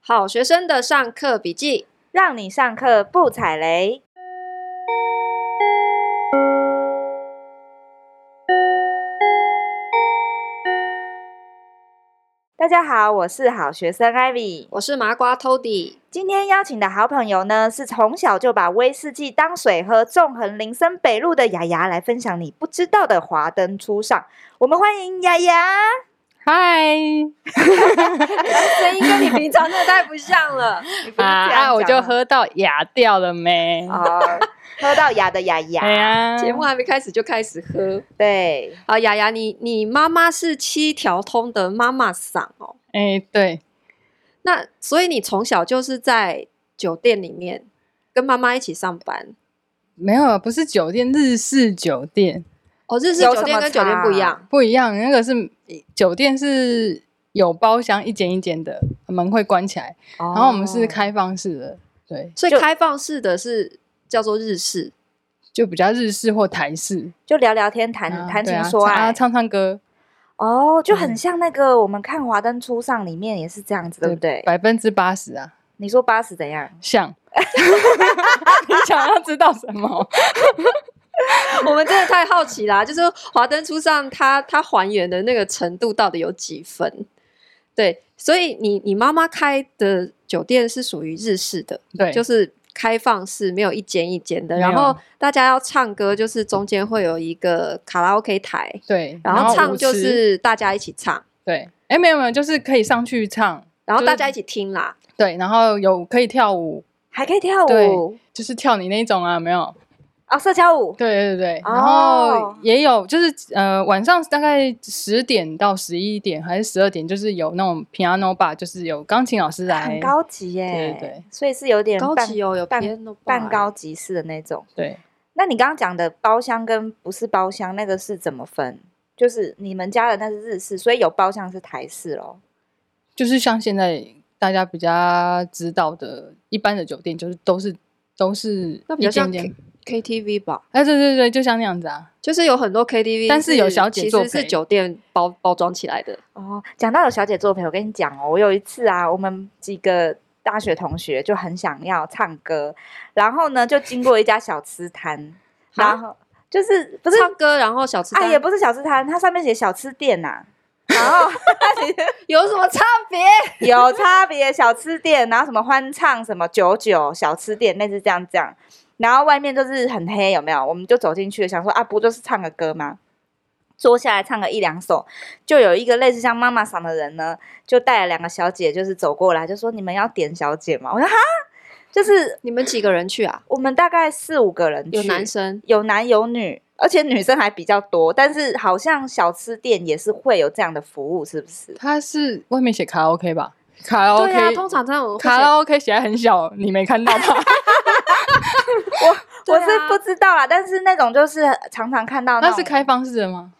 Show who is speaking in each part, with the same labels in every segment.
Speaker 1: 好学生的上课笔记，
Speaker 2: 让你上课不踩雷。大家好，我是好学生 Ivy。
Speaker 1: 我是麻瓜 Toddy。
Speaker 2: 今天邀请的好朋友呢，是从小就把威士忌当水喝，纵横林森北路的雅雅来分享你不知道的华灯初上。我们欢迎雅雅。
Speaker 3: 嗨
Speaker 1: 声音跟你平常真的太不像 了。
Speaker 2: 你不是这
Speaker 3: 啊
Speaker 2: 样
Speaker 3: 啊！我
Speaker 2: 讲
Speaker 3: 就
Speaker 2: 吗
Speaker 3: 喝到哑掉了没？
Speaker 2: 哦，喝到哑的雅雅。
Speaker 3: 哎呀，
Speaker 1: 节目还没开始就开始喝。
Speaker 2: 对，
Speaker 1: 好，雅雅，你你妈妈是七条通的妈妈嗓哦，
Speaker 3: 哎对，
Speaker 1: 那所以你从小就是在酒店里面跟妈妈一起上班。
Speaker 3: 没有，不是酒店，日式酒店
Speaker 1: 哦，日式
Speaker 2: 有
Speaker 1: 酒
Speaker 2: 什
Speaker 1: 店
Speaker 2: 么
Speaker 1: 跟酒店不一样。
Speaker 3: 不一样，那个是酒店是有包厢，一间一间的，门会关起来，
Speaker 2: 然
Speaker 3: 然后我们
Speaker 2: 哦
Speaker 3: 是，开放式的，对，
Speaker 1: 所以
Speaker 2: 就
Speaker 1: 开放式的是叫做日式，
Speaker 3: 就比较日式或台式，
Speaker 2: 就聊聊天、谈
Speaker 3: 啊
Speaker 2: 谈
Speaker 3: 对
Speaker 2: 情
Speaker 3: 啊
Speaker 2: 说
Speaker 3: 唱啊
Speaker 2: 爱。
Speaker 3: 唱唱歌，
Speaker 2: 哦，就很
Speaker 3: 嗯
Speaker 2: 像那个我们看《华灯初上》里面也是这样子，对不对？
Speaker 3: 百分之八十啊，
Speaker 2: 你说八十怎样？
Speaker 3: 像。你想要知道什么？
Speaker 1: 我们真的太好奇啦，就是《华灯初上》它它还原的那个程度到底有几分？对，所以你你妈妈开的酒店是属于日式的，
Speaker 3: 对，
Speaker 1: 就是开放式，没有一间一间的。
Speaker 3: 没有
Speaker 1: 然后大家要唱歌，就是中间会有一个卡拉 OK 台，
Speaker 3: 对，
Speaker 1: 然后唱
Speaker 3: 舞
Speaker 1: 就
Speaker 3: 池
Speaker 1: 是大家一起唱，
Speaker 3: 对，哎，没有没有，就是可以上去唱，
Speaker 1: 然后
Speaker 3: 就是
Speaker 1: 大家一起听啦。
Speaker 3: 对，然后有可以跳舞，
Speaker 2: 还可以跳舞
Speaker 3: 对就是跳你那种啊，有没有？
Speaker 2: 哦，社交舞。
Speaker 3: 对对对，然
Speaker 2: 哦
Speaker 3: 后也有就是呃晚上大概十点到十一点还是十二点，就是有那种 piano bar，就是有钢琴老师来
Speaker 2: 很，高级耶、
Speaker 3: 对对对
Speaker 2: 所以是有点
Speaker 1: 高
Speaker 2: 半
Speaker 1: 级哦，有
Speaker 2: 半
Speaker 1: piano
Speaker 2: 半
Speaker 1: bar
Speaker 2: 高级式的那种。
Speaker 3: 对，
Speaker 2: 那你刚刚讲的包厢跟不是包厢，那个是怎么分？就是你们家的那是日式，所以有包厢是台式咯。
Speaker 3: 就是像现在大家比较知道的一般的酒店，就是都是都是
Speaker 1: 那比
Speaker 3: 一
Speaker 1: 较像
Speaker 3: 间间，
Speaker 1: KTV 吧，
Speaker 3: 哎、对对对，就像那样子啊，
Speaker 1: 就是有很多 KTV，
Speaker 3: 但是有小姐
Speaker 1: 其
Speaker 3: 作
Speaker 1: 实
Speaker 3: 陪
Speaker 1: 是酒店包包装起来的。
Speaker 2: 哦，讲到有小姐作陪，我跟你讲哦，我有一次啊，我们几个大学同学就很想要唱歌，然后呢就经过一家小吃摊，然后就是不是
Speaker 1: 唱歌，然后小吃
Speaker 2: 啊，
Speaker 1: 摊、
Speaker 2: 也不是小吃摊，它上面写小吃店呐、 然 后
Speaker 1: 有什么差别？
Speaker 2: 有差别小吃店，然后什么欢唱什么九九小吃店，类似这样这样。然后外面就是很黑，有没有？我们就走进去，想说啊，不就是唱个歌吗？坐下来唱个一两首，就有一个类似像妈妈嗓的人呢，就带了两个小姐，就是走过来，就说你们要点小姐吗？我说哈，就是
Speaker 1: 你们几个人去啊？
Speaker 2: 我们大概四五个人去，
Speaker 1: 有男生，
Speaker 2: 有男有女，而且女生还比较多，但是好像小吃店也是会有这样的服务，是不是？
Speaker 3: 它是外面写卡拉 OK 吧？卡拉 OK，、
Speaker 1: 对啊，通常这种会
Speaker 3: 卡
Speaker 1: 写
Speaker 3: 拉 OK 写得很小，你没看 到吗？
Speaker 1: 对
Speaker 2: 我
Speaker 1: 啊
Speaker 2: 是不知道啦，但是那种就是常常看到
Speaker 3: 那
Speaker 2: 种
Speaker 3: 是开放式的吗？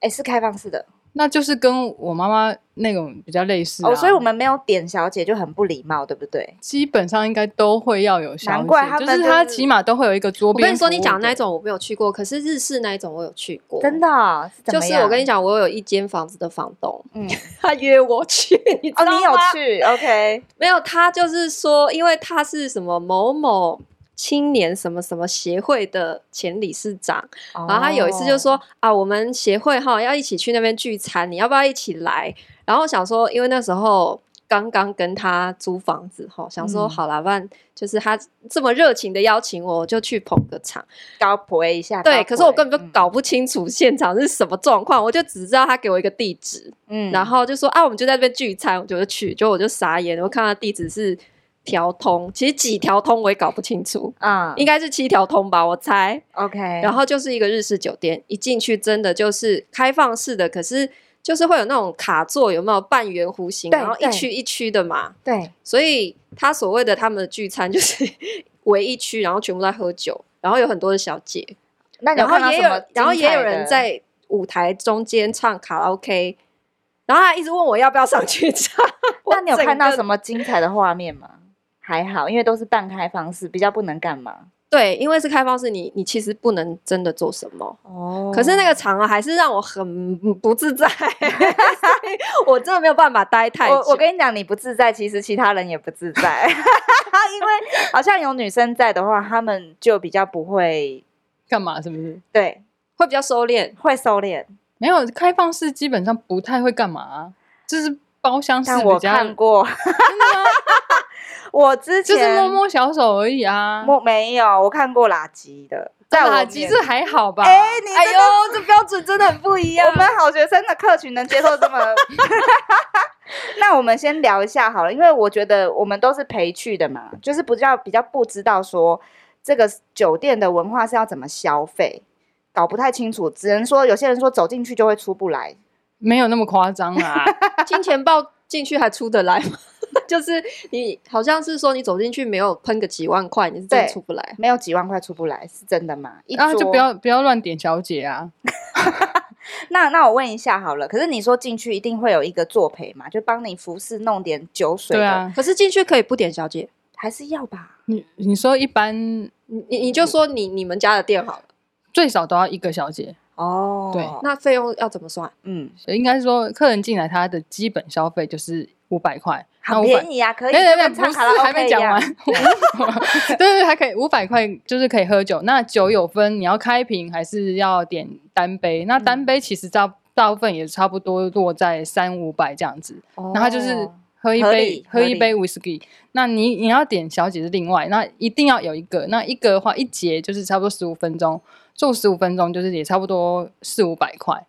Speaker 2: 哎、是开放式的、
Speaker 3: 那就是跟我妈妈那种比较类似、啊、
Speaker 2: 哦，所以我们没有点小姐就很不礼貌，对不对？
Speaker 3: 基本上应该都会要有小姐，
Speaker 2: 难怪他们
Speaker 3: 就是
Speaker 2: 都
Speaker 3: 他
Speaker 2: 是
Speaker 3: 起码都会有一个桌
Speaker 1: 我
Speaker 3: 边
Speaker 1: 跟
Speaker 3: 服务
Speaker 1: 你
Speaker 3: 的。
Speaker 1: 说，你讲的那种我没有去过，可是日式那一种我有去过，
Speaker 2: 真的、。哦，是怎
Speaker 1: 就
Speaker 2: 么
Speaker 1: 是
Speaker 2: 样
Speaker 1: 我跟你，讲，我有一间房子的房东，
Speaker 2: 嗯，
Speaker 1: 他约我去，你知
Speaker 2: 哦，
Speaker 1: 道
Speaker 2: 你有
Speaker 1: 吗？
Speaker 2: 去，OK，
Speaker 1: 没有，他就是说，因为他是什么某某青年什么什么协会的前理事长，
Speaker 2: 然
Speaker 1: 然后他有一次
Speaker 2: 哦
Speaker 1: 就，说啊，我们协会哈要一起去那边聚餐，你要不要一起来？然后想说，因为那时候刚刚跟他租房子哈，想说
Speaker 2: 嗯
Speaker 1: 好啦，不然就是他这么热情的邀请我，我就去捧个场。
Speaker 2: 高婆一下，嗯
Speaker 1: 对，
Speaker 2: 高
Speaker 1: 可是我
Speaker 2: 婆
Speaker 1: 根本就，搞不清楚现场是什么状况，我就只知道他给我一个地址，
Speaker 2: 嗯
Speaker 1: 然后就说啊，我们就在这边聚餐，我就去，就我就傻眼，我看到地址是条通，其实几条通我也搞不清楚，
Speaker 2: 嗯
Speaker 1: 应该是七条通吧，我猜。
Speaker 2: ，OK，
Speaker 1: 然后就是一个日式酒店，一进去真的就是开放式的，可是就是会有那种卡座，有没有半圆弧形，
Speaker 2: 对
Speaker 1: 然后一
Speaker 2: 对
Speaker 1: 区一区的嘛，
Speaker 2: 对，
Speaker 1: 所以他所谓的他们的聚餐就是 围一区，然后全部在喝酒，然后有很多的小姐，
Speaker 2: 那你
Speaker 1: 然后
Speaker 2: 看到
Speaker 1: 也
Speaker 2: 什
Speaker 1: 有
Speaker 2: 么，
Speaker 1: 然后
Speaker 2: 精
Speaker 1: 也有
Speaker 2: 彩
Speaker 1: 人
Speaker 2: 的，
Speaker 1: 在舞台中间唱卡拉 OK，然后他一直问我要不要上去唱。
Speaker 2: 那你有看到什
Speaker 1: 么？
Speaker 2: 么精彩的画面吗？还好，因为都是半开放式，比较不能干嘛。
Speaker 1: 对，因为是开放式，你你其实不能真的做什么。
Speaker 2: 哦
Speaker 1: 可是那个场合还是让我很嗯不自在， 所以我真的没有办法待太久。
Speaker 2: 我我跟你讲，你不自在，其实其他人也不自在， 因为好像有女生在的话，他们就比较不会
Speaker 3: 干嘛？是不是？
Speaker 2: 对
Speaker 1: 会比较收敛，
Speaker 2: 会收敛。
Speaker 3: 没有开放式基本上不太会干嘛啊、就是包厢式
Speaker 2: 但
Speaker 3: 比
Speaker 2: 我
Speaker 3: 较
Speaker 2: 看过，
Speaker 3: 真的吗？
Speaker 2: 我之前
Speaker 3: 就是摸摸小手而已啊。
Speaker 2: 摸没有，我看过垃圾的，在我
Speaker 3: 打
Speaker 2: 面
Speaker 3: 击这还好啊吧？
Speaker 2: 哎，你
Speaker 1: 哎
Speaker 2: 这
Speaker 1: 呦
Speaker 2: 个，
Speaker 1: 这标准真的很不一样
Speaker 2: 我。们好学生的客群能接受 这么？ 那我们先聊一下好了，因为我觉得我们都是陪去的嘛，就是比较比较不知道说这个酒店的文化是要怎么消费，搞不太清楚，只能说有些人说走进去就会出不来，
Speaker 3: 没有那么夸张 啊。
Speaker 1: 金钱豹进去还出得来吗？ 就是你好像是说你走进去没有喷个几万块，你是真的
Speaker 2: 对
Speaker 1: 出不来。
Speaker 2: 没有几万块出不来，是真的吗？一桌、
Speaker 3: 啊，就不要不要乱点小姐啊。
Speaker 2: 那那我问一下好了，可是你说进去一定会有一个作陪嘛，就帮你服侍弄点酒水，
Speaker 3: 对，啊，
Speaker 1: 可是进去可以不点小姐，
Speaker 2: 还是要吧？
Speaker 3: 你你说一般
Speaker 1: 你你你就说你你们家的店好了，
Speaker 3: 最少都要一个小姐，
Speaker 2: 哦，
Speaker 3: 对
Speaker 1: 那费用要怎么算？
Speaker 2: 嗯，
Speaker 3: 应该说客人进来他的基本消费就是五百块，那
Speaker 2: 很
Speaker 3: 五百
Speaker 2: 便。宜啊，可以
Speaker 3: 等等等，
Speaker 2: 跟
Speaker 3: 不
Speaker 2: 唱
Speaker 3: 是
Speaker 2: 卡拉
Speaker 3: 还
Speaker 2: OK
Speaker 3: 没
Speaker 2: 一
Speaker 3: 讲
Speaker 2: 样
Speaker 3: 完。。 对对对，还可以五百块，就是可以喝酒。那酒有分，你要开瓶还是要点单杯？那单杯其实大大部分也差不多落在三五百这样子。然后就是
Speaker 2: 哦
Speaker 3: 喝一
Speaker 2: 合
Speaker 3: 杯
Speaker 2: 理
Speaker 3: 喝
Speaker 2: 合
Speaker 3: 一
Speaker 2: 理
Speaker 3: 杯 whisky，那你你要点小姐是另外，那一定要有一个，那一个的话一节就是差不多十五分钟，做十五分钟就是也差不多四五百块，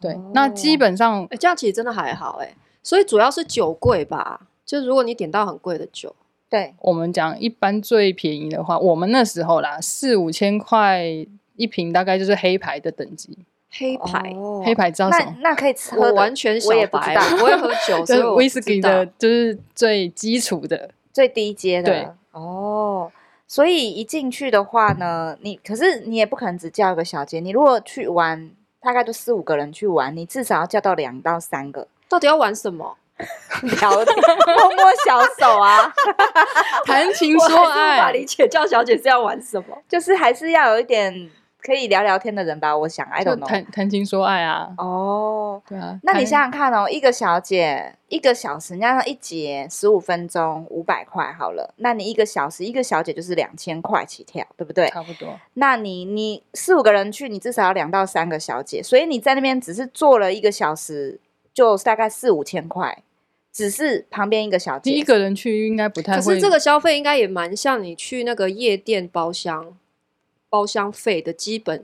Speaker 3: 对，那基
Speaker 1: 哦
Speaker 3: 本上
Speaker 1: 哎、这样其实真的还好哎、所以主要是酒贵吧，就如果你点到很贵的酒，
Speaker 2: 对，
Speaker 3: 我们讲一般最便宜的话，我们那时候啦四五千块一瓶，大概就是黑牌的等级，
Speaker 1: 黑牌、
Speaker 2: 哦
Speaker 3: 黑牌知道什
Speaker 2: 那
Speaker 3: 么？
Speaker 2: 那可以吃喝
Speaker 1: 我
Speaker 2: 的
Speaker 1: 完全小
Speaker 2: 我也不
Speaker 1: 白，
Speaker 2: 知道
Speaker 1: 我不会喝 酒，
Speaker 3: 就
Speaker 1: 所以
Speaker 3: 是
Speaker 1: 我不知
Speaker 3: whisky 的，
Speaker 1: 道
Speaker 3: 就是最基础 的，
Speaker 2: 最低阶的。
Speaker 3: 对，
Speaker 2: 哦，所以一进去的话呢，你可是你也不可能只叫一个小姐，你如果去玩，大概就四五个人去玩，你至少要叫到两到三个
Speaker 1: 到底要玩什么？
Speaker 2: 聊 天，摸摸小手啊，
Speaker 3: 谈 情
Speaker 1: 我还
Speaker 3: 说
Speaker 1: 是无法
Speaker 3: 爱，
Speaker 1: 理解叫小姐是要玩什么。
Speaker 2: 就是还是要有一点可以聊聊天的人吧，我想，I
Speaker 3: 就
Speaker 2: don't know。
Speaker 3: 谈谈情说爱啊，
Speaker 2: 哦，
Speaker 3: 对啊。
Speaker 2: 那你
Speaker 3: 谈
Speaker 2: 想想看哦，一个小姐一个小时，你加上一节十五分钟，五百块好了。那你一个小时一个小姐就是两千块起跳，对不对？
Speaker 3: 差不多。
Speaker 2: 那你你四五个人去，你至少要两到三个小姐，所以你在那边只是坐了一个小时，就大概四五千块，只是旁边一个小姐。
Speaker 3: 你一个人去应该不太
Speaker 1: 可
Speaker 3: 会。
Speaker 1: 是这个消费应该也蛮像你去那个夜店包厢，包厢费的基本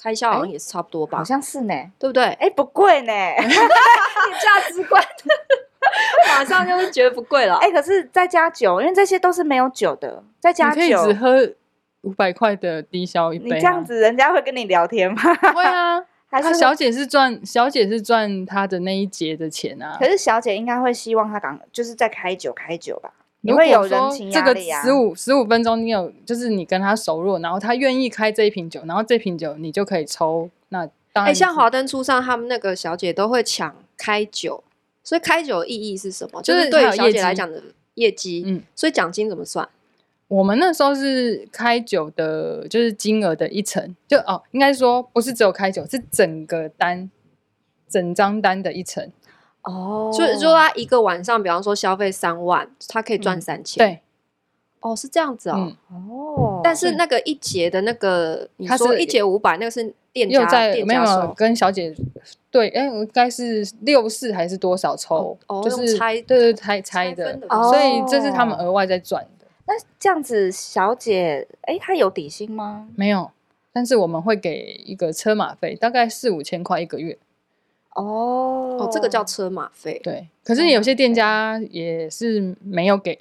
Speaker 1: 开销哎好像也是差不多吧，
Speaker 2: 好像是呢，
Speaker 1: 对不对？
Speaker 2: 哎，不贵 呢，
Speaker 1: 价值 观马上就是觉得不贵了。
Speaker 2: 哎，可是再加酒，因为这些都是没有酒的，再加
Speaker 3: 你可以
Speaker 2: 酒
Speaker 3: 只，喝五百块的低消一
Speaker 2: 你
Speaker 3: 杯、啊。
Speaker 2: 这样子人家会跟你聊天吗？
Speaker 3: 会 啊？
Speaker 2: 还
Speaker 3: 他
Speaker 2: 是
Speaker 3: 小姐是赚，小姐是赚她的那一节的钱啊
Speaker 2: 可。是小姐应该会希望他赶，就是在开酒开酒吧，你
Speaker 3: 如果
Speaker 2: 会有
Speaker 3: 说
Speaker 2: 人情
Speaker 3: 这
Speaker 2: 压
Speaker 3: 个
Speaker 2: 力啊。
Speaker 3: 十五十五分钟，你有就是你跟她熟络，然后她愿意开这一瓶酒，然后这瓶酒你就可以抽。那当然
Speaker 1: 哎、
Speaker 3: 是，
Speaker 1: 像华灯初上，他们那个小姐都会抢开酒，所以开酒的意义是什么？就
Speaker 3: 就是
Speaker 1: 是对
Speaker 3: 还有
Speaker 1: 于小
Speaker 3: 业
Speaker 1: 姐来
Speaker 3: 绩
Speaker 1: 讲的业绩，
Speaker 3: 嗯
Speaker 1: 所以奖金怎么算？
Speaker 3: 我们那时候是开酒的，就是金额的一成，就哦，应该说不是只有开酒，是整个单，整张单的一成。
Speaker 2: 哦
Speaker 1: 所以如果她一个晚上，比方说消费三万，她可以赚
Speaker 3: 嗯
Speaker 1: 三千、，
Speaker 3: 对，
Speaker 1: 哦，是这样子哦。
Speaker 3: 嗯，
Speaker 2: 哦，
Speaker 1: 但是那个一节的那个，你
Speaker 3: 它
Speaker 1: 说
Speaker 3: 是
Speaker 1: 一节五百，那个是店
Speaker 3: 又
Speaker 1: 家
Speaker 3: 在
Speaker 1: 店
Speaker 3: 没有
Speaker 1: 家
Speaker 3: 没有
Speaker 1: 收，
Speaker 3: 跟小姐对，哎、我应该是六四还是多少抽，
Speaker 1: 哦
Speaker 3: 就
Speaker 1: 用
Speaker 3: 是
Speaker 1: 猜
Speaker 3: 对对猜猜
Speaker 1: 分
Speaker 3: 的，
Speaker 1: 的
Speaker 2: 哦
Speaker 3: 所以这是他们额外在赚的，
Speaker 2: 那这样子，小姐，哎，她有底薪吗？
Speaker 3: 没有。但是我们会给一个车马费，大概四五千块一个月。
Speaker 2: 哦
Speaker 1: 哦，这个叫车马费。
Speaker 3: 对，可是有些店家也是没有给，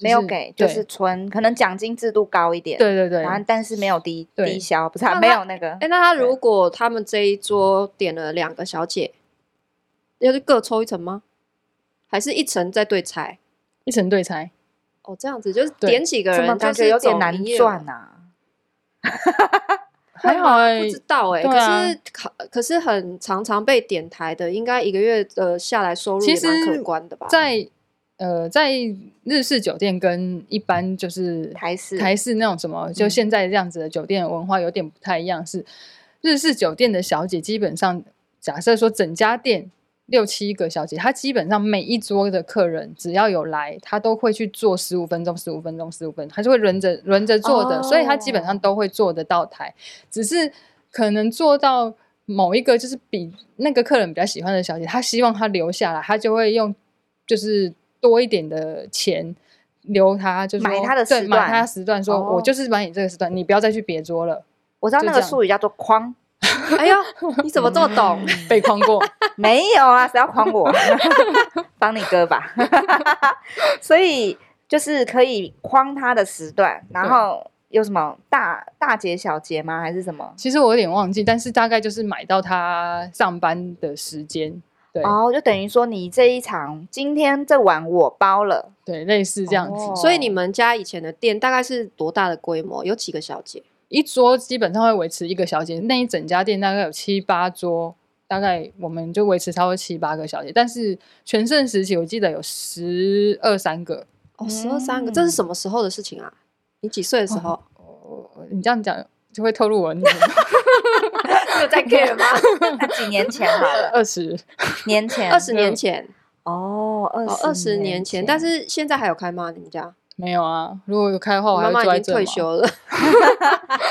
Speaker 2: 没有给，
Speaker 3: 对
Speaker 2: 就是纯可能奖金制度高一点，，
Speaker 3: 对对对
Speaker 2: 然后但是没有低
Speaker 3: 对
Speaker 2: 低消，不是啊
Speaker 1: 那
Speaker 2: 没
Speaker 1: 她
Speaker 2: 有那个
Speaker 1: 哎、那他如果他们这一桌点了两个小姐，要是各抽一层吗？还是一层再对拆？
Speaker 3: 一层对拆，
Speaker 1: 哦，这样子就是
Speaker 3: 对
Speaker 1: 点几个
Speaker 2: 怎么
Speaker 1: 人，
Speaker 2: 感觉有点难赚
Speaker 1: 啊？
Speaker 2: 啊？
Speaker 3: 还好哎、
Speaker 1: 不知道哎、
Speaker 3: 对啊
Speaker 1: 可是可是很常常被点台的，应该一个月的下来收入
Speaker 3: 其
Speaker 1: 也蛮
Speaker 3: 实
Speaker 1: 可观的吧？
Speaker 3: 在呃，在日式酒店跟一般就是
Speaker 2: 台式嗯
Speaker 3: 台式那种什么，就现在这样子的酒店文化有点不太一样。是日式酒店的小姐，基本上假设说整家店六七个小姐，她基本上每一桌的客人只要有来，她都会去做十五分钟、十五分钟、十五分钟，她就会轮着轮着做
Speaker 2: 哦
Speaker 3: 的，所以她基本上都会做得到台，只是可能做到。某一个就是比那个客人比较喜欢的小姐，她希望她留下来，她就会用就是多一点的钱留她，就是
Speaker 2: 买她的时
Speaker 3: 对买
Speaker 2: 段
Speaker 3: 她的时段，说、
Speaker 2: 哦
Speaker 3: 我就是买你这个时段，你不要再去别桌了，
Speaker 2: 我知道那个
Speaker 3: 就这样
Speaker 2: 术语叫做“框
Speaker 1: 哎呦，你怎么这么 懂？
Speaker 2: 嗯
Speaker 3: 被框过。”，
Speaker 2: 没有啊，谁要框我？ 帮你哥吧。 所以就是可以框他的时段，然后有什么大大节小节吗？还是什么？
Speaker 3: 其实我有点忘记，但是大概就是买到她上班的时间，对、
Speaker 2: 哦，就等于说你这一场今天这碗我包了，
Speaker 3: 对，类似这样子。
Speaker 2: 哦
Speaker 1: 所以你们家以前的店大概是多大的规模？有几个小姐？
Speaker 3: 一桌基本上会维持一个小姐，那一整家店大概有七八桌，大概我们就维持超过七八个小姐。但是全盛时期，我记得有十二三个。
Speaker 1: 哦，
Speaker 2: 嗯
Speaker 1: 十二三个，这是什么时候的事情啊？你几岁的时候？
Speaker 3: 哦你这样讲就会透露我 年龄
Speaker 1: 有在 care 吗？
Speaker 2: 那几年前好 了，
Speaker 3: 二十。
Speaker 2: 年前
Speaker 1: 二十年前，
Speaker 2: 哦，二
Speaker 1: 哦，二十年前，但是现在还有开吗？你们家？
Speaker 3: 没有啊，如果有开的话，我还
Speaker 1: 妈
Speaker 3: 会
Speaker 1: 妈
Speaker 3: 坐在
Speaker 1: 已经
Speaker 3: 这嘛
Speaker 1: 退。休了，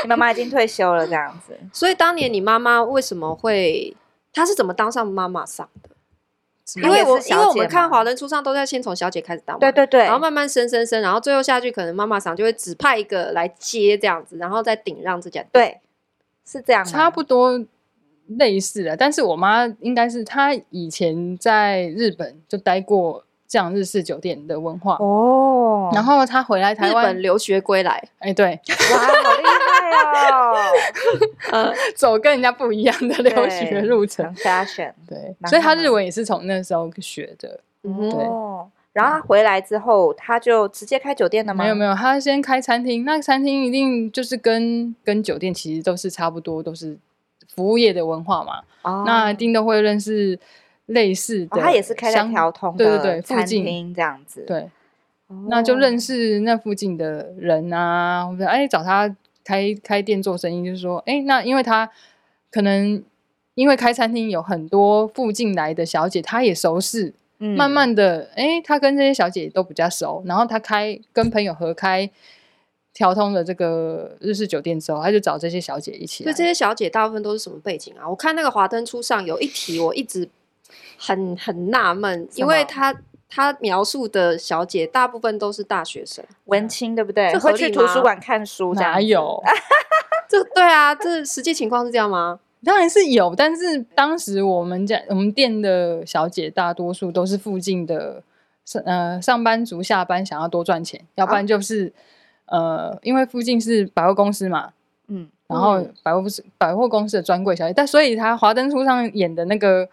Speaker 2: 你妈妈已经退休了，这样子。
Speaker 1: 所以当年你妈妈为什么会？她是怎么当上妈妈桑的？
Speaker 3: 什么
Speaker 1: 因为我
Speaker 2: 她也是小姐
Speaker 1: 因
Speaker 2: 吗
Speaker 1: 为我们看《华灯初上》都在先从小姐开始当嘛，
Speaker 2: 对对对，
Speaker 1: 然后慢慢升升升，然后最后下去可能妈妈桑就会指派一个来接这样子，然后再顶让这家店。
Speaker 2: 对，是这样啊吗，
Speaker 3: 差不多类似的，但是我妈应该是她以前在日本就待过这样日式酒店的文化，
Speaker 2: 哦。
Speaker 3: 然后她回来台
Speaker 1: 日
Speaker 3: 湾
Speaker 1: 本，留学归来，
Speaker 3: 哎，对，
Speaker 2: 哇，好厉害哦，
Speaker 1: 呃，
Speaker 3: 走跟人家不一样的留学路程
Speaker 2: 很，fashion。
Speaker 3: 对，
Speaker 2: 然后
Speaker 3: 所以她日文也是从那时候学的。
Speaker 1: 嗯哼
Speaker 3: 对
Speaker 2: 哦，然后他回来之后，他就直接开酒店了吗？
Speaker 3: 没有没
Speaker 2: 有，
Speaker 3: 有，她先开餐厅，那餐厅一定就是跟跟酒店其实都是差不多，都是服务业的文化嘛。那一定都会认识类似
Speaker 2: 哦
Speaker 3: 的相、
Speaker 2: 他也是开在条通
Speaker 3: 对
Speaker 2: 的
Speaker 3: 对对，附
Speaker 2: 餐
Speaker 3: 近
Speaker 2: 厅这样子。
Speaker 3: 对，
Speaker 2: 哦，
Speaker 3: 那就认识那附近的人啊，或者哎找他开开店做生意，就是说哎，那因为他可能因为开餐厅有很多附近来的小姐，她也熟识，
Speaker 2: 嗯
Speaker 3: 慢慢的哎，他跟这些小姐都比较熟，然后他开跟朋友合开。调通的这个日式酒店之后，他就找这些小姐一起
Speaker 1: 所
Speaker 3: 来
Speaker 1: 以这些小姐大部分都是什么背景啊？我看那个《华灯初上》有一题，我一直很很纳闷，
Speaker 2: 什么
Speaker 1: 因为她她描述的小姐大部分都是大学生，
Speaker 2: 文青，对不对？
Speaker 1: 这合理
Speaker 2: 会去图书
Speaker 1: 吗
Speaker 2: 馆看书，这样
Speaker 3: 哪
Speaker 2: 子？
Speaker 3: 有？
Speaker 1: 这对啊，这实际情况是这样吗？
Speaker 3: 当然是有，但是当时我们家我们店的小姐大多数都是附近的上呃上班族下班想要多赚钱，要不然就是、呃因为附近是百货公司嘛，
Speaker 2: 嗯，
Speaker 3: 然后百货公司百货公司的专柜小姐，但所以她《华灯初上》演的那个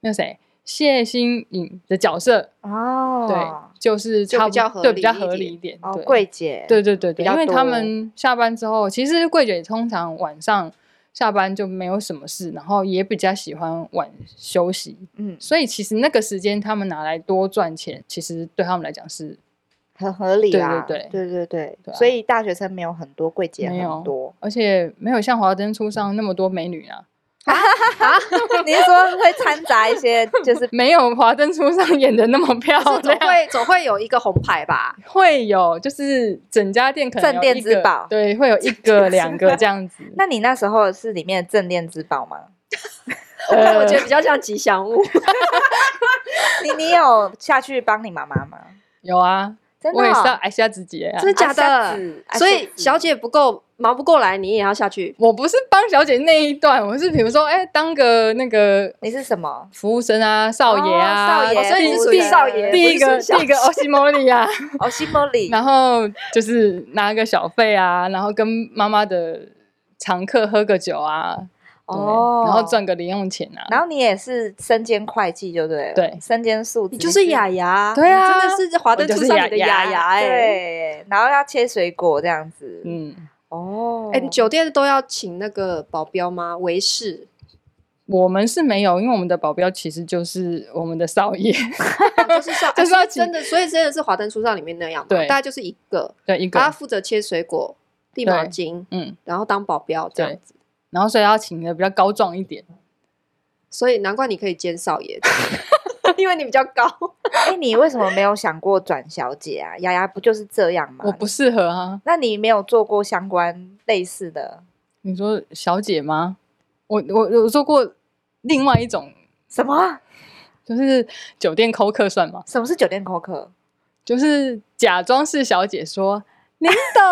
Speaker 3: 那谁谢欣颖的角色，
Speaker 2: 哦，
Speaker 3: 对，就是
Speaker 1: 就
Speaker 3: 差
Speaker 1: 比较
Speaker 3: 不
Speaker 1: 合
Speaker 3: 对比较
Speaker 1: 理一
Speaker 3: 合
Speaker 1: 点
Speaker 3: 理一点，
Speaker 2: 哦，
Speaker 3: 对
Speaker 2: 柜姐，
Speaker 3: 对对对
Speaker 2: 比
Speaker 3: 对，因
Speaker 2: 较
Speaker 3: 为他
Speaker 2: 多
Speaker 3: 们下班之后，其实柜姐通常晚上下班就没有什么事，然后也比较喜欢晚休息，
Speaker 2: 嗯，
Speaker 3: 所以其实那个时间他们拿来多赚钱，其实对他们来讲是
Speaker 2: 很合理
Speaker 3: 对
Speaker 2: 啦，
Speaker 3: 对
Speaker 2: 对对对
Speaker 3: 对啊
Speaker 2: 所以大学生没有很多，柜姐
Speaker 3: 没有
Speaker 2: 很
Speaker 3: 。
Speaker 2: 多
Speaker 3: 而且没有像华灯初上那么多美女啊，
Speaker 2: 你是说会掺杂一些，就是
Speaker 3: 没有华灯初上演的那么漂
Speaker 1: 这总
Speaker 3: 亮，
Speaker 1: 会总会有一个红牌吧？
Speaker 3: 会有就是整家店可能
Speaker 2: 镇
Speaker 3: 有
Speaker 2: 店
Speaker 3: 一
Speaker 2: 之
Speaker 3: 个
Speaker 2: 宝
Speaker 3: 对，会有一
Speaker 2: 店
Speaker 3: 个
Speaker 2: 之
Speaker 3: 两
Speaker 2: 宝
Speaker 3: 个这
Speaker 2: 。
Speaker 3: 样子
Speaker 2: 那你那时候是里面的镇店之宝吗？
Speaker 1: 但我
Speaker 3: 呃
Speaker 1: 觉得比较像吉祥物。
Speaker 2: 你你有下去帮你妈妈吗？
Speaker 3: 有啊，
Speaker 2: 真的
Speaker 3: 我也是要
Speaker 2: 哦，
Speaker 3: 挨下自己啊，
Speaker 1: 真的假的
Speaker 2: 啊下次啊
Speaker 1: 所
Speaker 2: 下
Speaker 1: 以
Speaker 2: 次
Speaker 1: 小姐不够忙不过来，你也要下去。
Speaker 3: 我不是帮小姐那一段，我是比如说，哎、当个那个
Speaker 2: 你是什么？
Speaker 3: 服务生啊，少爷啊，
Speaker 2: 哦少爷
Speaker 1: 哦所以你是
Speaker 2: 服务
Speaker 1: 属于
Speaker 2: 生
Speaker 1: 少爷
Speaker 3: 第一
Speaker 1: 不是
Speaker 3: 个
Speaker 1: 属于小
Speaker 3: 第一个欧西莫里啊，
Speaker 2: 哦，西莫里，
Speaker 3: 然后就是拿个小费啊，然后跟妈妈的常客喝个酒啊，对
Speaker 2: 哦，
Speaker 3: 然后赚，个零用钱啊，
Speaker 2: 然后你也是身兼会计就对了，
Speaker 3: 对
Speaker 2: 身兼数职，
Speaker 1: 你就是雅雅，
Speaker 3: 对啊
Speaker 1: 你真的是华灯初上你的雅雅哎、
Speaker 2: 对，然后要切水果这样子，
Speaker 3: 嗯，
Speaker 2: 哦，
Speaker 1: 哎、你酒店都要请那个保镖吗？维士
Speaker 3: 我们是没有，因为我们的保镖其实就是我们的少爷，
Speaker 1: 就是像，
Speaker 3: 就是要
Speaker 1: 哎所以真的，所以真的是《华灯初上》里面那样嘛，
Speaker 3: 对
Speaker 1: 大概就是一个，
Speaker 3: 对一
Speaker 1: 他
Speaker 2: 啊
Speaker 3: 个，
Speaker 1: 啊负责切水果、递毛
Speaker 3: 对
Speaker 1: 巾，
Speaker 3: 嗯，
Speaker 1: 然后当保镖这样
Speaker 3: 对。然后所以要请的比较高壮一点，
Speaker 1: 所以难怪你可以兼少爷， 因为你比较 高。
Speaker 2: 哎，你为什么没有想过转小姐啊？雅雅不就是这样吗？
Speaker 3: 我不适合啊。
Speaker 2: 那你没有做过相关类似的
Speaker 3: 你说小姐吗？我我我做过另外一种，
Speaker 2: 什么啊？
Speaker 3: 就是酒店扣客算吗？
Speaker 2: 什么是酒店口渴？
Speaker 3: 就是假装是小姐说。林董，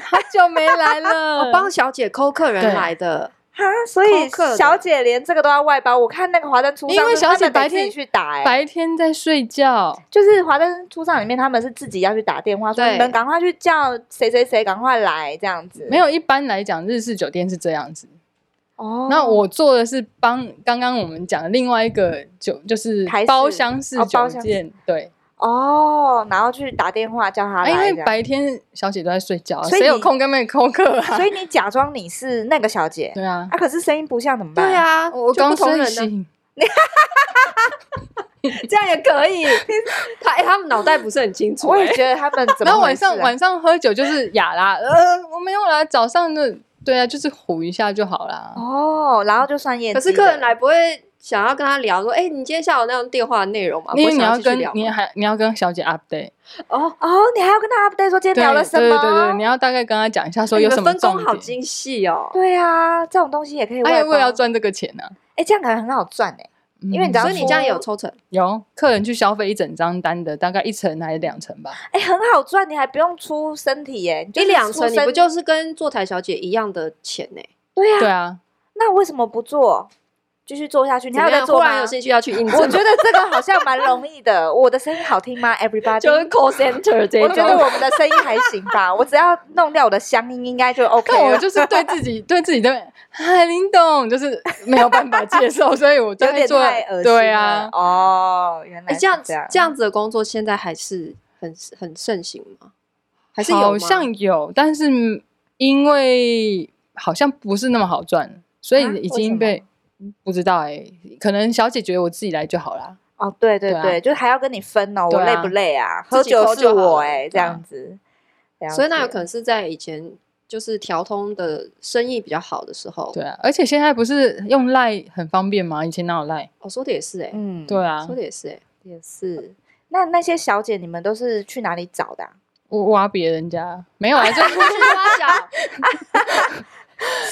Speaker 3: 好久没来了，
Speaker 1: 我帮小姐抠客人
Speaker 3: 对
Speaker 1: 来的，
Speaker 2: 哈，所以
Speaker 1: 口渴的
Speaker 2: 小姐连这个都要外包。我看那个《华灯初上》，
Speaker 3: 因为小姐白
Speaker 2: 自己
Speaker 3: 天
Speaker 2: 去打、欸，
Speaker 3: 白天在睡觉，
Speaker 2: 就是《华灯初上》里面他们是自己要去打电话，说
Speaker 1: 对
Speaker 2: 你们赶快去叫谁谁谁赶快来这样子。
Speaker 3: 没有。一般来讲，日式酒店是这样子。
Speaker 2: 哦，
Speaker 3: 那我做的是帮刚刚我们讲的另外一个酒，就是
Speaker 2: 台式
Speaker 3: 包厢式
Speaker 2: 哦包
Speaker 3: 酒
Speaker 2: 厢式
Speaker 3: 店，对。
Speaker 2: 哦，然后去打电话叫他
Speaker 3: 啊，
Speaker 2: 来，
Speaker 3: 因为
Speaker 2: 这样
Speaker 3: 白天小姐都在睡觉啊，
Speaker 2: 所以
Speaker 3: 谁有
Speaker 2: 你
Speaker 3: 空跟那里扣客 啊？
Speaker 2: 所以你假装你是那个小姐
Speaker 3: 对啊，
Speaker 2: 啊，可是声音不像怎么办？
Speaker 1: 对，啊，
Speaker 3: 我
Speaker 1: 就
Speaker 3: 刚
Speaker 1: 不同
Speaker 3: 睡
Speaker 1: 人呢，
Speaker 3: 醒，
Speaker 1: 这样也可以。 他哎，他们脑袋不是很清楚
Speaker 2: 我
Speaker 1: 哎
Speaker 2: 也觉得他们怎么、啊
Speaker 3: 然后晚上晚，上喝酒就是哑啦，呃，我没有啦，早上的对啊，就是唬一下就好啦。
Speaker 2: 哦，然后就算业绩
Speaker 1: 可
Speaker 2: 了，
Speaker 1: 是客人来不会想要跟他聊说，哎，你今天下午那种电话的内容吗？
Speaker 3: 因为
Speaker 1: 啊不
Speaker 3: 你
Speaker 1: 会想
Speaker 3: 要
Speaker 1: 继续
Speaker 3: 跟
Speaker 1: 聊吗
Speaker 3: 你还你要跟小姐 update，
Speaker 1: 哦，
Speaker 2: 哦，你还要跟他 update 说今天
Speaker 3: 对
Speaker 2: 聊了什么？
Speaker 3: 对对对，你要大概跟她讲一 下说
Speaker 1: 哎你
Speaker 3: 有
Speaker 1: 们
Speaker 3: 什么
Speaker 1: 分工
Speaker 3: 重
Speaker 1: 好
Speaker 3: 点。
Speaker 1: 精细哦。
Speaker 2: 对啊，这种东西也可以
Speaker 3: 哎
Speaker 2: 外，包。
Speaker 3: 我也要赚这个钱啊呢，
Speaker 2: 哎，这样可能很好赚哎，因为你知
Speaker 3: 啊
Speaker 2: 道
Speaker 1: 所以你这样有抽成，
Speaker 3: 有客人去消费一整张单的，大概一层还是两层吧。
Speaker 2: 哎，很好赚，你还不用出身体哎，你就
Speaker 1: 一
Speaker 2: 是
Speaker 1: 两
Speaker 2: 出
Speaker 1: 成你
Speaker 2: 身
Speaker 1: 不就是跟坐台小姐一样的钱欸呢？
Speaker 2: 对啊？
Speaker 3: 对啊，
Speaker 2: 那为什么不做？继续做下去，你
Speaker 1: 怎
Speaker 2: 还
Speaker 1: 么
Speaker 2: 有在
Speaker 1: 样？
Speaker 2: 做
Speaker 1: 忽
Speaker 3: 啊
Speaker 2: 吗？
Speaker 1: 然有兴趣要去应征吗，
Speaker 2: 我觉得这个好像蛮容易的。我的声音好听吗？Everybody，
Speaker 1: 就是 call center 这一
Speaker 2: 我
Speaker 1: 种
Speaker 2: 觉。
Speaker 3: 啊
Speaker 2: 得我们的声音还行吧，我只要弄掉我的乡音，应该就 OK
Speaker 3: 但
Speaker 2: 了。
Speaker 3: 我就是对自己 对自己的海林董就是没有办法 接受，所以我就
Speaker 2: 有
Speaker 3: 会
Speaker 2: 点
Speaker 3: 做
Speaker 2: 太恶心了。
Speaker 3: 对啊，
Speaker 2: 哦，原来
Speaker 1: 哎、
Speaker 2: 是
Speaker 1: 这样
Speaker 2: 这样
Speaker 1: 这样子的工作现在还是很很盛行吗？还是有
Speaker 3: 好
Speaker 1: 吗
Speaker 3: 像有，但是因为好像不是那么好赚，所以
Speaker 2: 啊
Speaker 3: 已
Speaker 2: 为什
Speaker 3: 经
Speaker 2: 么
Speaker 3: 被、不知道哎、可能小姐觉得我自己来就好啦。
Speaker 2: 哦，对对
Speaker 3: 对啊
Speaker 2: 对，就是还要跟你分哦，
Speaker 3: 对
Speaker 2: 我
Speaker 3: 啊
Speaker 2: 累不累啊？喝
Speaker 1: 自己
Speaker 2: 酒
Speaker 1: 抠
Speaker 2: 是
Speaker 1: 就好
Speaker 2: 我
Speaker 1: 了
Speaker 2: 哎，这
Speaker 3: 对啊
Speaker 2: 样子。了
Speaker 1: 所以那有
Speaker 2: 解
Speaker 1: 可能是在以前就是调通的生意比较好的时候。
Speaker 3: 对，啊，而且现在不是用赖很方便吗？以前哪有赖？
Speaker 1: 我、说的也是哎、
Speaker 2: 嗯，
Speaker 3: 对啊
Speaker 1: 说，的也是哎、
Speaker 2: 也 是。那那些小姐，你们都是去哪里找的啊？
Speaker 3: 我挖别人家没有啊， 就
Speaker 1: 挖角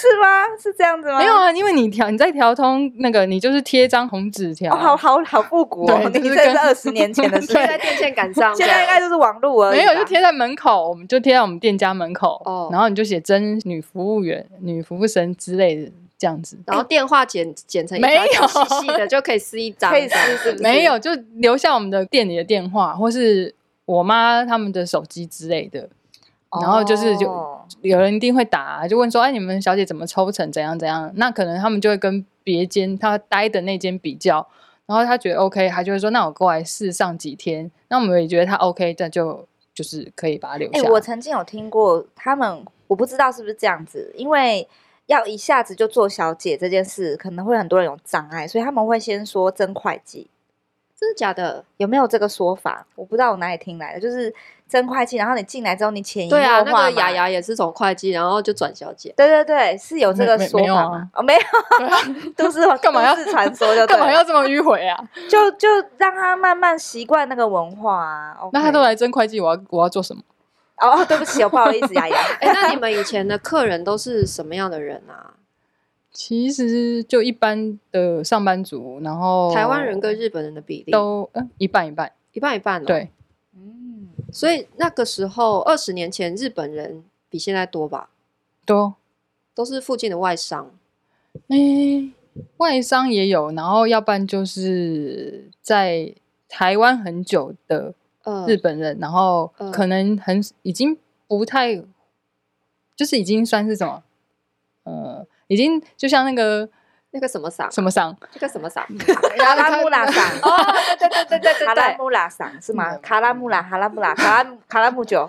Speaker 2: 是吗？是这样子吗？
Speaker 3: 没有啊，因为你调你在调通那个，你就是贴一张红纸条
Speaker 2: 哦，
Speaker 3: 啊，
Speaker 2: 好好好复古哦，
Speaker 3: 对
Speaker 2: 你
Speaker 3: 就是
Speaker 2: 这
Speaker 3: 跟
Speaker 2: 是二十年前 的事
Speaker 1: 贴
Speaker 2: 情，
Speaker 1: 在电线杆上这
Speaker 2: 现
Speaker 1: 样，
Speaker 2: 在应该就是网络而已
Speaker 3: 没
Speaker 2: 吧。
Speaker 3: 有，就贴在门口，我们就贴在我们店家门口，
Speaker 1: 哦
Speaker 3: 然后你就写真女服务员、女服务生之类的这样子。
Speaker 2: 哦
Speaker 1: 然后电话剪剪成一
Speaker 3: 没
Speaker 1: 条
Speaker 3: 有
Speaker 1: 细细的就可以撕一张，
Speaker 2: 可以撕是不是
Speaker 3: 没有，就留下我们的店里的电话，或是我妈他们的手机之类的。然后就是就
Speaker 2: 哦
Speaker 3: 有人一定会打、就问说：“哎，你们小姐怎么抽成？怎样怎样？”那可能他们就会跟别间他待的那间比较，然后他觉得 OK，他就会说：“那我过来试上几天。”那我们也觉得他 OK，那就就是可以把他留
Speaker 2: 哎、
Speaker 3: 下。
Speaker 2: 我曾经有听过他们，我不知道是不是这样子，因为要一下子就做小姐这件事，可能会很多人有障碍，所以他们会先说真会计。
Speaker 1: 真的假的？
Speaker 2: 有没有这个说法？我不知道我哪里听来的，就是真会计。然后你进来之后，你潜移默
Speaker 1: 对啊，
Speaker 2: 化
Speaker 1: 那个
Speaker 2: 嘛
Speaker 1: 雅雅也是从会计，然后就转小姐，
Speaker 2: 对对对，是有这
Speaker 3: 没
Speaker 2: 个
Speaker 3: 没
Speaker 2: 说
Speaker 3: 没有
Speaker 2: 法
Speaker 3: 啊
Speaker 2: 吗？哦，没有，
Speaker 3: 对啊
Speaker 2: 都 是
Speaker 3: 干嘛要
Speaker 2: 都市传说就对
Speaker 3: 干嘛
Speaker 2: 了
Speaker 3: 要这么迂回啊？
Speaker 2: 就就让他慢慢习惯那个文化啊。OK
Speaker 3: 那他都来争会计，我要我要做什么？
Speaker 2: 哦哦，对不起，我不好意思，雅 雅。
Speaker 1: 哎、那你们以前的客人都是什么样的人 啊？
Speaker 3: 其实就一般的上班族，然
Speaker 2: 哦
Speaker 3: 后
Speaker 1: 台湾人跟日本人的比例
Speaker 3: 都、呃一半一半，
Speaker 1: 一半一半、哦，
Speaker 3: 对，
Speaker 2: 嗯，
Speaker 1: 所以那个时候，二十年前日本人比现在多吧，
Speaker 3: 多。
Speaker 1: 都是附近的外商。
Speaker 3: 诶、外商也有，然后要不然就是在台湾很久的
Speaker 1: 呃，
Speaker 3: 日本人，然后
Speaker 1: 嗯
Speaker 3: 可能很已经不太，就是已经算是什么，呃，已经就像那个
Speaker 1: 那个什么赏，
Speaker 3: 什么商，
Speaker 1: 那个什么赏，
Speaker 2: 卡拉穆拉桑，哦，对对对对对，卡拉穆拉桑是吗？
Speaker 3: 嗯
Speaker 2: 卡拉穆拉，卡拉穆拉，卡拉卡拉姆酒，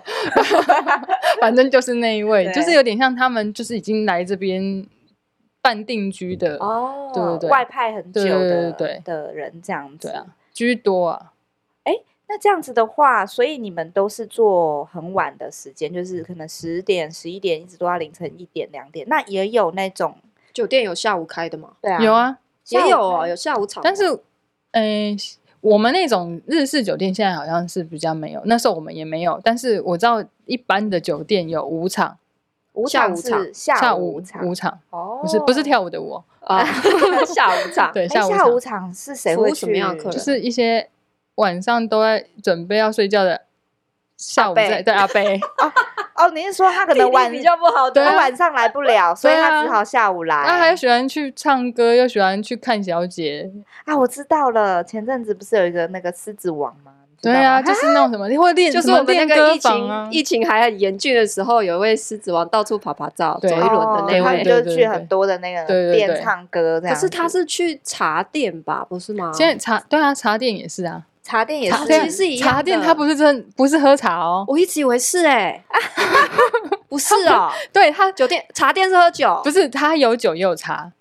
Speaker 3: 反正就是那一位，
Speaker 2: 对
Speaker 3: 就是有点像他们，就是已经来这边半定居的
Speaker 2: 哦
Speaker 3: 对对对
Speaker 2: 外派很久的
Speaker 3: 对对对对
Speaker 2: 的人这样子。
Speaker 3: 对啊居多啊。
Speaker 2: 那这样子的话，所以你们都是做很晚的时间，就是可能十点、十一点，一直做到凌晨一点、两点。那也有那种
Speaker 1: 酒店有下午开的吗？
Speaker 2: 对啊，
Speaker 3: 有啊，
Speaker 1: 也
Speaker 2: 下午
Speaker 1: 有哦，
Speaker 2: 开
Speaker 1: 有下午场吗，
Speaker 3: 但是，诶、我们那种日式酒店现在好像是比较没有，那时候我们也没有。但是我知道一般的酒店有舞场，
Speaker 2: 午
Speaker 1: 下
Speaker 2: 场
Speaker 1: 午
Speaker 2: 是
Speaker 1: 场
Speaker 3: 下
Speaker 2: 下
Speaker 3: 午
Speaker 2: 场
Speaker 3: 舞场，
Speaker 2: 哦，
Speaker 3: 不是不是跳舞的舞哦、
Speaker 1: 啊， 下午场，
Speaker 3: 对，
Speaker 2: 哎
Speaker 3: 下午
Speaker 2: 下
Speaker 3: 场
Speaker 2: 午场是谁
Speaker 1: 服
Speaker 2: 会
Speaker 1: 务什么样的
Speaker 2: 去
Speaker 1: 客人
Speaker 3: 就是一些晚上都在准备要睡觉的下午
Speaker 2: 阿伯
Speaker 3: 在对阿 贝，
Speaker 2: 哦，你是说他可
Speaker 1: 地
Speaker 2: 能
Speaker 1: 理
Speaker 2: 晚
Speaker 1: 比较不好
Speaker 3: 对
Speaker 2: 他
Speaker 1: 的，
Speaker 3: 啊
Speaker 2: 晚上来不 了，所以
Speaker 1: 啊
Speaker 2: 他只好下午来。
Speaker 1: 哎
Speaker 3: 他啊还喜欢去唱歌，又喜欢去看小姐，
Speaker 2: 啊，我知道了，前阵子不是有一个那个狮子王吗？你知
Speaker 3: 对
Speaker 2: 道
Speaker 3: 啊，
Speaker 2: 吗
Speaker 3: 就是那种 什么会练，
Speaker 1: 就是
Speaker 3: 什么
Speaker 1: 我们那
Speaker 3: 练
Speaker 1: 个
Speaker 3: 歌
Speaker 1: 疫
Speaker 3: 房啊
Speaker 1: 情，疫情还很严峻的时候，有一位狮子王到处爬爬照、走
Speaker 3: 对
Speaker 1: 一轮的那
Speaker 3: 对
Speaker 2: 哦他们
Speaker 1: 位。
Speaker 2: 就
Speaker 3: 对
Speaker 2: 是
Speaker 3: 对
Speaker 2: 去
Speaker 3: 对
Speaker 2: 很多的那
Speaker 3: 对
Speaker 2: 个
Speaker 3: 对
Speaker 2: 店
Speaker 3: 对
Speaker 2: 唱歌这
Speaker 1: 可
Speaker 2: 样子。
Speaker 1: 是他是去茶店吧，不是吗？
Speaker 3: 现在茶对啊，茶店也是啊，
Speaker 2: 茶店也
Speaker 1: 茶
Speaker 2: 是，
Speaker 1: 店其实是一样的
Speaker 3: 茶店它不是真不是喝茶哦，
Speaker 1: 我一直以为是 哎、不是哦，
Speaker 3: 对它
Speaker 1: 酒店茶店是喝酒，
Speaker 3: 不
Speaker 1: 是
Speaker 3: 是它有酒也有茶，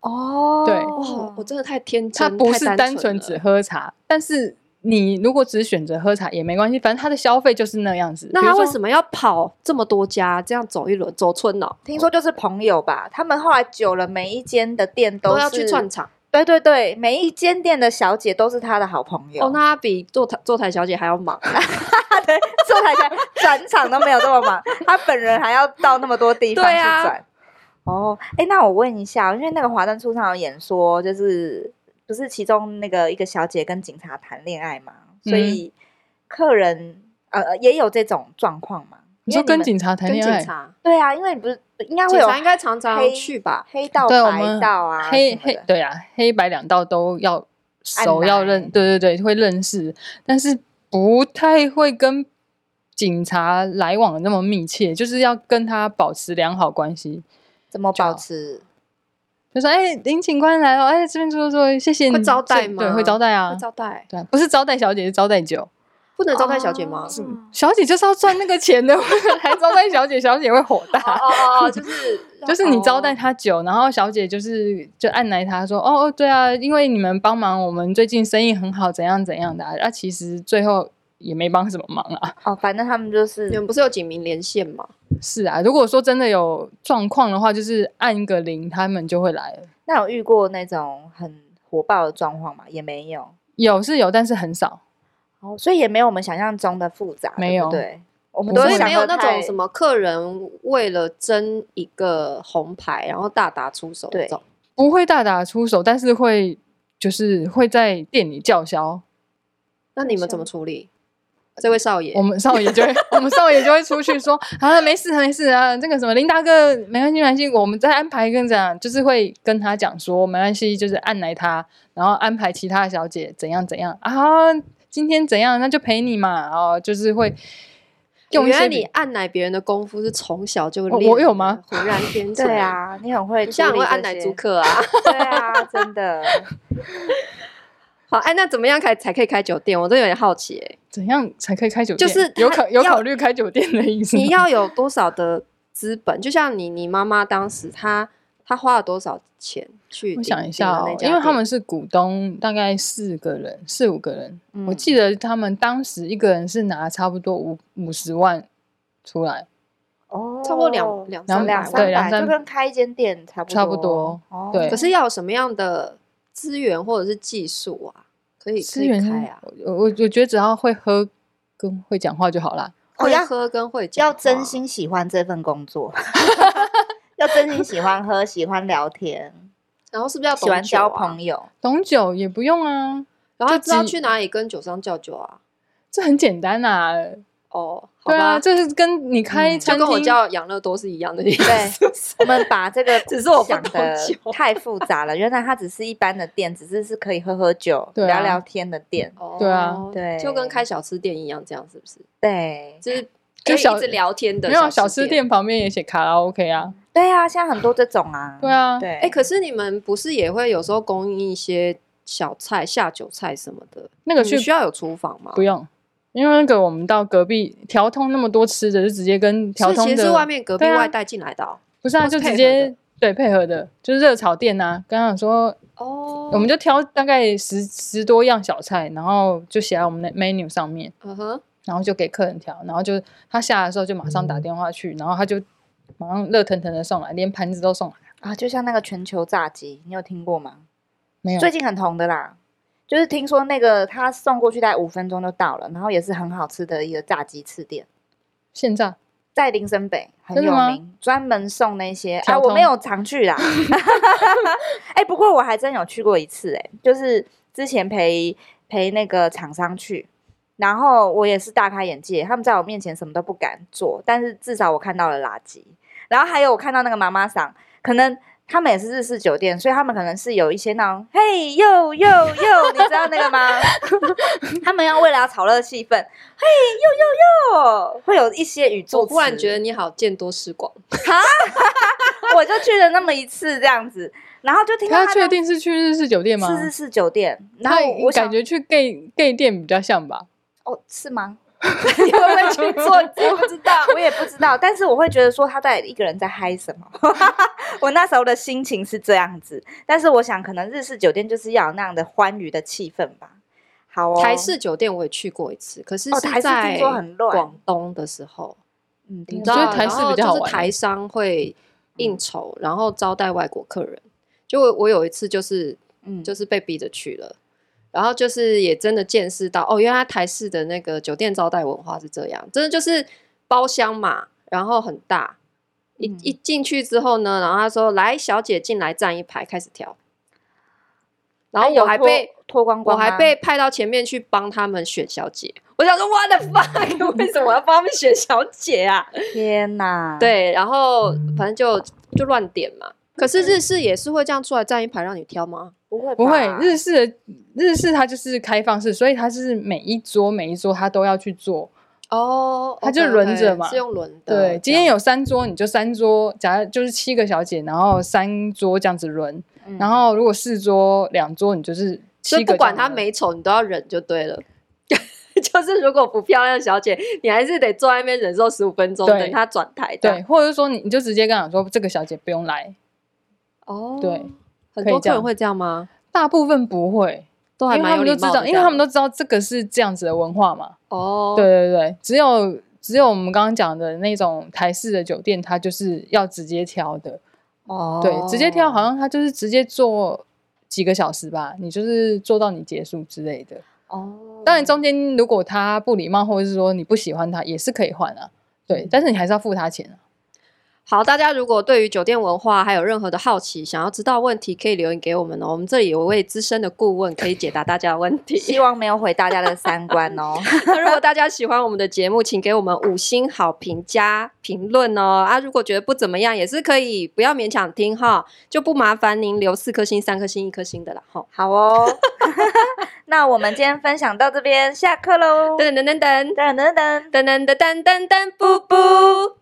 Speaker 2: 哦，
Speaker 3: 对
Speaker 1: 哇，我真的太天真，
Speaker 3: 它不是
Speaker 1: 太
Speaker 3: 单
Speaker 1: 单
Speaker 3: 纯
Speaker 1: 了
Speaker 3: 只喝茶，但是你如果只选择喝茶也没关系，反正它的消费就是那样子。
Speaker 1: 那他为什
Speaker 3: 么？
Speaker 1: 么要跑这么多家，这样走一轮走村哦？
Speaker 2: 听说就是朋友吧，他们后来久了，每一间的店
Speaker 1: 都
Speaker 2: 是
Speaker 1: 要去串场
Speaker 2: 对对对，每一间店的小姐都是他的好朋友。
Speaker 1: 哦，那他比坐台坐台小姐还要忙，
Speaker 2: 对，坐台下转场都没有这么忙，他本人还要到那么多地方去
Speaker 1: 对啊
Speaker 2: 转。哦，哎，那我问一下，因为那个华灯初上有演说，就是不是其中那个一个小姐跟警察谈恋爱嘛，所
Speaker 1: 嗯
Speaker 2: 以客人呃呃也有这种状况嘛？
Speaker 3: 你
Speaker 2: 因
Speaker 3: 说
Speaker 2: 为
Speaker 3: 跟
Speaker 2: 们
Speaker 3: 警察谈
Speaker 1: 跟
Speaker 3: 恋
Speaker 1: 警
Speaker 3: 爱？
Speaker 1: 察，
Speaker 2: 对啊，因为你不是应该会
Speaker 1: 警
Speaker 2: 有
Speaker 1: 察应该常常
Speaker 2: 黑
Speaker 1: 去吧？
Speaker 2: 黑道、
Speaker 3: 对我
Speaker 2: 白
Speaker 3: 们
Speaker 2: 道啊，
Speaker 3: 黑黑对啊，黑白两道都要熟，
Speaker 2: 按
Speaker 3: 要
Speaker 2: 来
Speaker 3: 认，对对对，会认识，但是不太会跟警察来往的那么密切，就是要跟他保持良好关系。
Speaker 2: 怎么
Speaker 3: 就
Speaker 2: 保
Speaker 3: 好
Speaker 2: 持？
Speaker 3: 就说：“哎、林警官来了，哎、这边坐坐，谢谢你。”
Speaker 1: 会招待吗
Speaker 3: 对，会招待
Speaker 1: 会
Speaker 3: 啊。
Speaker 1: 招待，
Speaker 3: 对啊，不是招待小姐，是招待酒。
Speaker 1: 不能招待小姐吗？
Speaker 2: 哦
Speaker 3: 小姐就是要赚那个钱的， 还招待小姐，小姐会火大。
Speaker 1: 哦哦 哦，就是
Speaker 3: 就是你招待
Speaker 1: 哦
Speaker 3: 她酒，然后小姐就是就按来她说，哦哦，对啊，因为你们帮忙，我们最近生意很好，怎样怎样的啊，啊其实最后也没帮什么忙啊。
Speaker 2: 哦，反正他们就是
Speaker 1: 你们不是有警民连线吗？
Speaker 3: 是啊，如果说真的有状况的话，就是按个铃，他们就会来了。
Speaker 2: 那有遇过那种很火爆的状况吗？也没有，
Speaker 3: 有是有，但是很少。
Speaker 2: 哦，所以也没有我们想象中的复杂，
Speaker 3: 没有
Speaker 2: 对不对，我们
Speaker 3: 不
Speaker 2: 都
Speaker 1: 所
Speaker 3: 会
Speaker 2: 是
Speaker 1: 以
Speaker 2: 想
Speaker 1: 没有
Speaker 2: 得
Speaker 1: 那
Speaker 2: 太
Speaker 1: 种什么客人为了争一个红牌，然后大打出手
Speaker 2: 对
Speaker 1: 这种。
Speaker 3: 不会大打出手，但是会就是会在店里叫嚣，
Speaker 1: 那你们怎么处理？这位少爷
Speaker 3: 我，们少爷就会我们少爷就会出去说啊，没事没事啊，这个什么林大哥没关系没关系，我们再安排一个这样，就是会跟他讲说没关系，就是按来他，然后安排其他的小姐怎样怎样啊，今天怎样那就陪你嘛，然后就是会用一
Speaker 1: 原来
Speaker 3: 些
Speaker 1: 你
Speaker 3: 比
Speaker 1: 按奶别人的功夫是从小就
Speaker 3: 我
Speaker 2: 哦
Speaker 1: 练，
Speaker 3: 我有吗？
Speaker 1: 浑然天成。
Speaker 2: 对，啊，你很会，
Speaker 1: 你像很会按奶租，客啊。
Speaker 2: 对啊，真 的。
Speaker 1: 好，哎，那怎么样开才可以开酒店？我都有点好奇 哎，
Speaker 3: 怎样才可以开酒
Speaker 1: 就
Speaker 3: 店，
Speaker 1: 是他
Speaker 3: 有考有
Speaker 1: 要
Speaker 3: 考虑开酒店的意思吗，
Speaker 1: 你要有多少的资本？就像你，你妈妈当时她她花了多少钱去
Speaker 3: 我
Speaker 1: 顶？
Speaker 3: 想一下
Speaker 1: 顶了
Speaker 3: 哦
Speaker 1: 那，家
Speaker 3: 因为他
Speaker 1: 店
Speaker 3: 们是股东，大概四个人，四五个人。我
Speaker 2: 嗯
Speaker 3: 记得他们当时一个人是拿差不多五五十万出来，
Speaker 2: 哦，
Speaker 1: 差不多两两
Speaker 3: 两
Speaker 1: 三
Speaker 2: 两
Speaker 1: 百
Speaker 3: 对
Speaker 1: 万，
Speaker 3: 两
Speaker 2: 三百，
Speaker 3: 三
Speaker 2: 就跟开一间店差不
Speaker 3: 差不多
Speaker 2: 哦，
Speaker 3: 对
Speaker 1: 可是要有什么样的资源或者是技术啊？可以可
Speaker 3: 资
Speaker 1: 以
Speaker 3: 源哦
Speaker 1: 开啊，
Speaker 3: 我我我觉得只要会喝跟会讲话就好啦。
Speaker 2: 哦
Speaker 1: 会
Speaker 2: 要
Speaker 1: 喝跟会讲
Speaker 2: 要
Speaker 1: 话，啊
Speaker 2: 真心喜欢这份工作， 要真心喜欢喝，喜欢聊天，
Speaker 1: 然后是不是要
Speaker 2: 喜欢
Speaker 1: 懂酒
Speaker 2: 交
Speaker 1: 啊
Speaker 2: 朋友。
Speaker 3: 懂酒也不用啊，
Speaker 1: 然后
Speaker 3: 就
Speaker 1: 知道
Speaker 3: 几
Speaker 1: 去哪里跟酒商叫酒啊？
Speaker 3: 这很简单啊。
Speaker 1: 哦，好
Speaker 3: 对
Speaker 1: 吧，
Speaker 3: 啊，这是跟你开
Speaker 2: 嗯
Speaker 1: 就
Speaker 3: 餐
Speaker 1: 跟我
Speaker 3: 厅，
Speaker 1: 叫养乐多是一样的意思。
Speaker 2: 对我们把这个
Speaker 1: 只是我不
Speaker 2: 想
Speaker 1: 懂
Speaker 2: 的
Speaker 1: 酒
Speaker 2: 太复杂了，原来它只是一般的店，只是是可以喝喝酒、
Speaker 3: 对啊
Speaker 2: 聊聊天的店。
Speaker 1: 哦
Speaker 3: 对啊
Speaker 2: 对
Speaker 1: 就跟开小吃店一样，这样是不是？
Speaker 2: 对，
Speaker 1: 就是
Speaker 3: 就
Speaker 1: 可以
Speaker 3: 小
Speaker 1: 哎一直聊天的
Speaker 3: 没有小
Speaker 1: 吃嗯
Speaker 3: 吃。店旁边也写卡拉 OK 啊。
Speaker 2: 对啊，现在很多这种啊。
Speaker 3: 对啊，
Speaker 2: 对，
Speaker 1: 哎，可是你们不是也会有时候供应一些小菜、下酒菜什么的？
Speaker 3: 那个
Speaker 1: 你
Speaker 3: 去
Speaker 1: 们需要有厨房吗？
Speaker 3: 不用，因为那个我们到隔壁调通那么多吃的，就直接跟调
Speaker 1: 是
Speaker 3: 通
Speaker 1: 其
Speaker 3: 的
Speaker 1: 实是外面隔壁
Speaker 3: 对啊
Speaker 1: 外带进来的哦。
Speaker 3: 不是啊，
Speaker 1: 或是
Speaker 3: 就
Speaker 1: 配
Speaker 3: 直
Speaker 1: 合
Speaker 3: 接
Speaker 1: 的
Speaker 3: 对配合的，就是热炒店啊呐、刚刚有说
Speaker 1: 哦，
Speaker 3: 我们就挑大概十十多样小菜，然后就写在我们的 menu 上面，
Speaker 1: 嗯哼，
Speaker 3: 然后就给客人挑，然后就他下来的时候就马上
Speaker 2: 嗯
Speaker 3: 打电话去，然后他就马上热腾腾的送来，连盘子都送来。
Speaker 2: 啊，就像那个全球炸鸡，你有听过吗？
Speaker 3: 没有，
Speaker 2: 最近很红的啦，就是听说那个他送过去大概五分钟就到了，然后也是很好吃的一个炸鸡翅店，
Speaker 3: 现在
Speaker 2: 在林森北很
Speaker 3: 真的
Speaker 2: 有
Speaker 3: 吗
Speaker 2: 名，专门送那些。哎、
Speaker 3: 小
Speaker 2: 啊，我没
Speaker 3: 通
Speaker 2: 有常去 啦，哎、不过我还真有去过一次、哎，就是之前陪陪那个厂商去。然后我也是大开眼界，他们在我面前什么都不敢做，但是至少我看到了垃圾。然后还有我看到那个妈妈桑，可能他们也是日式酒店，所以他们可能是有一些那种嘿呦呦呦，你知道那个吗？ 他们要为了要炒热气氛，嘿呦呦呦，会有一些语助
Speaker 1: 我
Speaker 2: 词。
Speaker 1: 忽然觉得你好见多识广，
Speaker 2: 我就去了那么一次这样子，然后就听到
Speaker 3: 他
Speaker 2: 他
Speaker 3: 确定是去日式酒店吗？
Speaker 2: 是是是酒店，然后
Speaker 3: 他
Speaker 2: 我想
Speaker 3: 感觉去 gay gay 店比较像吧。
Speaker 2: 哦是吗？ 你会不会去做？我不知道，我也不知道。但是我会觉得说他在一个人在嗨什么， 我那时候的心情是这样子。但是我想，可能日式酒店就是要有那样的欢愉的气氛吧。好哦，
Speaker 1: 台式酒店我也去过一次，可是
Speaker 2: 哦台
Speaker 1: 是
Speaker 2: 式听
Speaker 1: 在
Speaker 2: 说很乱
Speaker 1: 广东的时候，
Speaker 2: 嗯，
Speaker 1: 你
Speaker 2: 听
Speaker 1: 知
Speaker 2: 说
Speaker 1: 道，然
Speaker 3: 觉得台式
Speaker 1: 后
Speaker 3: 比较好
Speaker 1: 就
Speaker 3: 玩嗯
Speaker 1: 是台商会应酬，然后招待外国客人。就我我有一次就是
Speaker 2: 嗯
Speaker 1: 就是被逼着去了，然后就是也真的见识到哦，原来台式的那个酒店招待文化是这样，真的就是包厢嘛，然后很大，一
Speaker 2: 嗯
Speaker 1: 一进去之后呢，然后他说来小姐进来站一排开始挑，然后
Speaker 2: 啊有
Speaker 1: 我还
Speaker 2: 脱
Speaker 1: 被。
Speaker 2: 脱光
Speaker 1: 我
Speaker 2: 光吗，啊
Speaker 1: 还被派到前面去帮他们选小姐，我想说 what the fuck，为 什么要帮他们选小姐啊？
Speaker 2: 天哪，，
Speaker 1: 对，然后反正就就乱点嘛。可是日式也是会这样出来站一排让你挑吗？
Speaker 2: 不会
Speaker 3: 不会
Speaker 2: 吧，
Speaker 3: 日式的日式它就是开放式，所以它是每一桌每一桌它都要去做。
Speaker 1: 哦
Speaker 3: 它就
Speaker 1: OK，OK，
Speaker 3: 轮着嘛
Speaker 1: 是用轮的。
Speaker 3: 对，今天
Speaker 1: 有
Speaker 3: 有三桌，你就三桌，假如就是七个小姐，然后三桌这样子轮，
Speaker 2: 嗯
Speaker 3: 然后如果四桌两桌，你就是七
Speaker 1: 所
Speaker 3: 个这
Speaker 1: 以不
Speaker 3: 样轮。
Speaker 1: 管她美丑，你都要忍就对了。 就是如果不漂亮的小姐，你还是得坐在那边忍受十五分钟，
Speaker 3: 对
Speaker 1: 等她转台这样。
Speaker 3: 对，或者是说你你就直接跟她讲说这个小姐不用来，
Speaker 1: 哦，
Speaker 3: 对，
Speaker 1: 很
Speaker 3: 可以
Speaker 1: 多
Speaker 3: 这
Speaker 1: 客
Speaker 3: 样
Speaker 1: 人会这样吗？
Speaker 3: 大部分不会，
Speaker 1: 都
Speaker 3: 因
Speaker 1: 还
Speaker 3: 为
Speaker 1: 蛮
Speaker 3: 他
Speaker 1: 有
Speaker 3: 们
Speaker 1: 礼
Speaker 3: 都知
Speaker 1: 貌的
Speaker 3: 道，
Speaker 1: 这样，
Speaker 3: 因为他们都知道这个是这样子的文化嘛。
Speaker 1: 哦，
Speaker 3: 对，对对，只有只有我们刚刚讲的那种台式的酒店，它就是要直接挑的，
Speaker 2: 哦，
Speaker 3: 对，直接挑好像它就是直接做几个小时吧，你就是做到你结束之类的。
Speaker 2: 哦，
Speaker 3: 当然中间如果他不礼貌，或者是说你不喜欢他，也是可以换啊。对，
Speaker 1: 嗯
Speaker 3: 但是你还是要付他钱啊。
Speaker 1: 好，大家如果对于酒店文化还有任何的好奇，想要知道问题，可以留言给我们哦。我们这里有位资深的顾问可以解答大家的问题。
Speaker 2: 希望没有毁大家的三观哦。
Speaker 1: 那如果大家喜欢我们的节目，请给我们五星好评加评论哦。啊，如果觉得不怎么样，也是可以不要勉强听哈，就不麻烦您留四颗星、三颗星、一颗星的啦哈。
Speaker 2: 好哦， 那我们今天分享到这边，下课喽。
Speaker 1: 等等等等
Speaker 2: 噔噔噔。
Speaker 1: 等等等等等等，不不。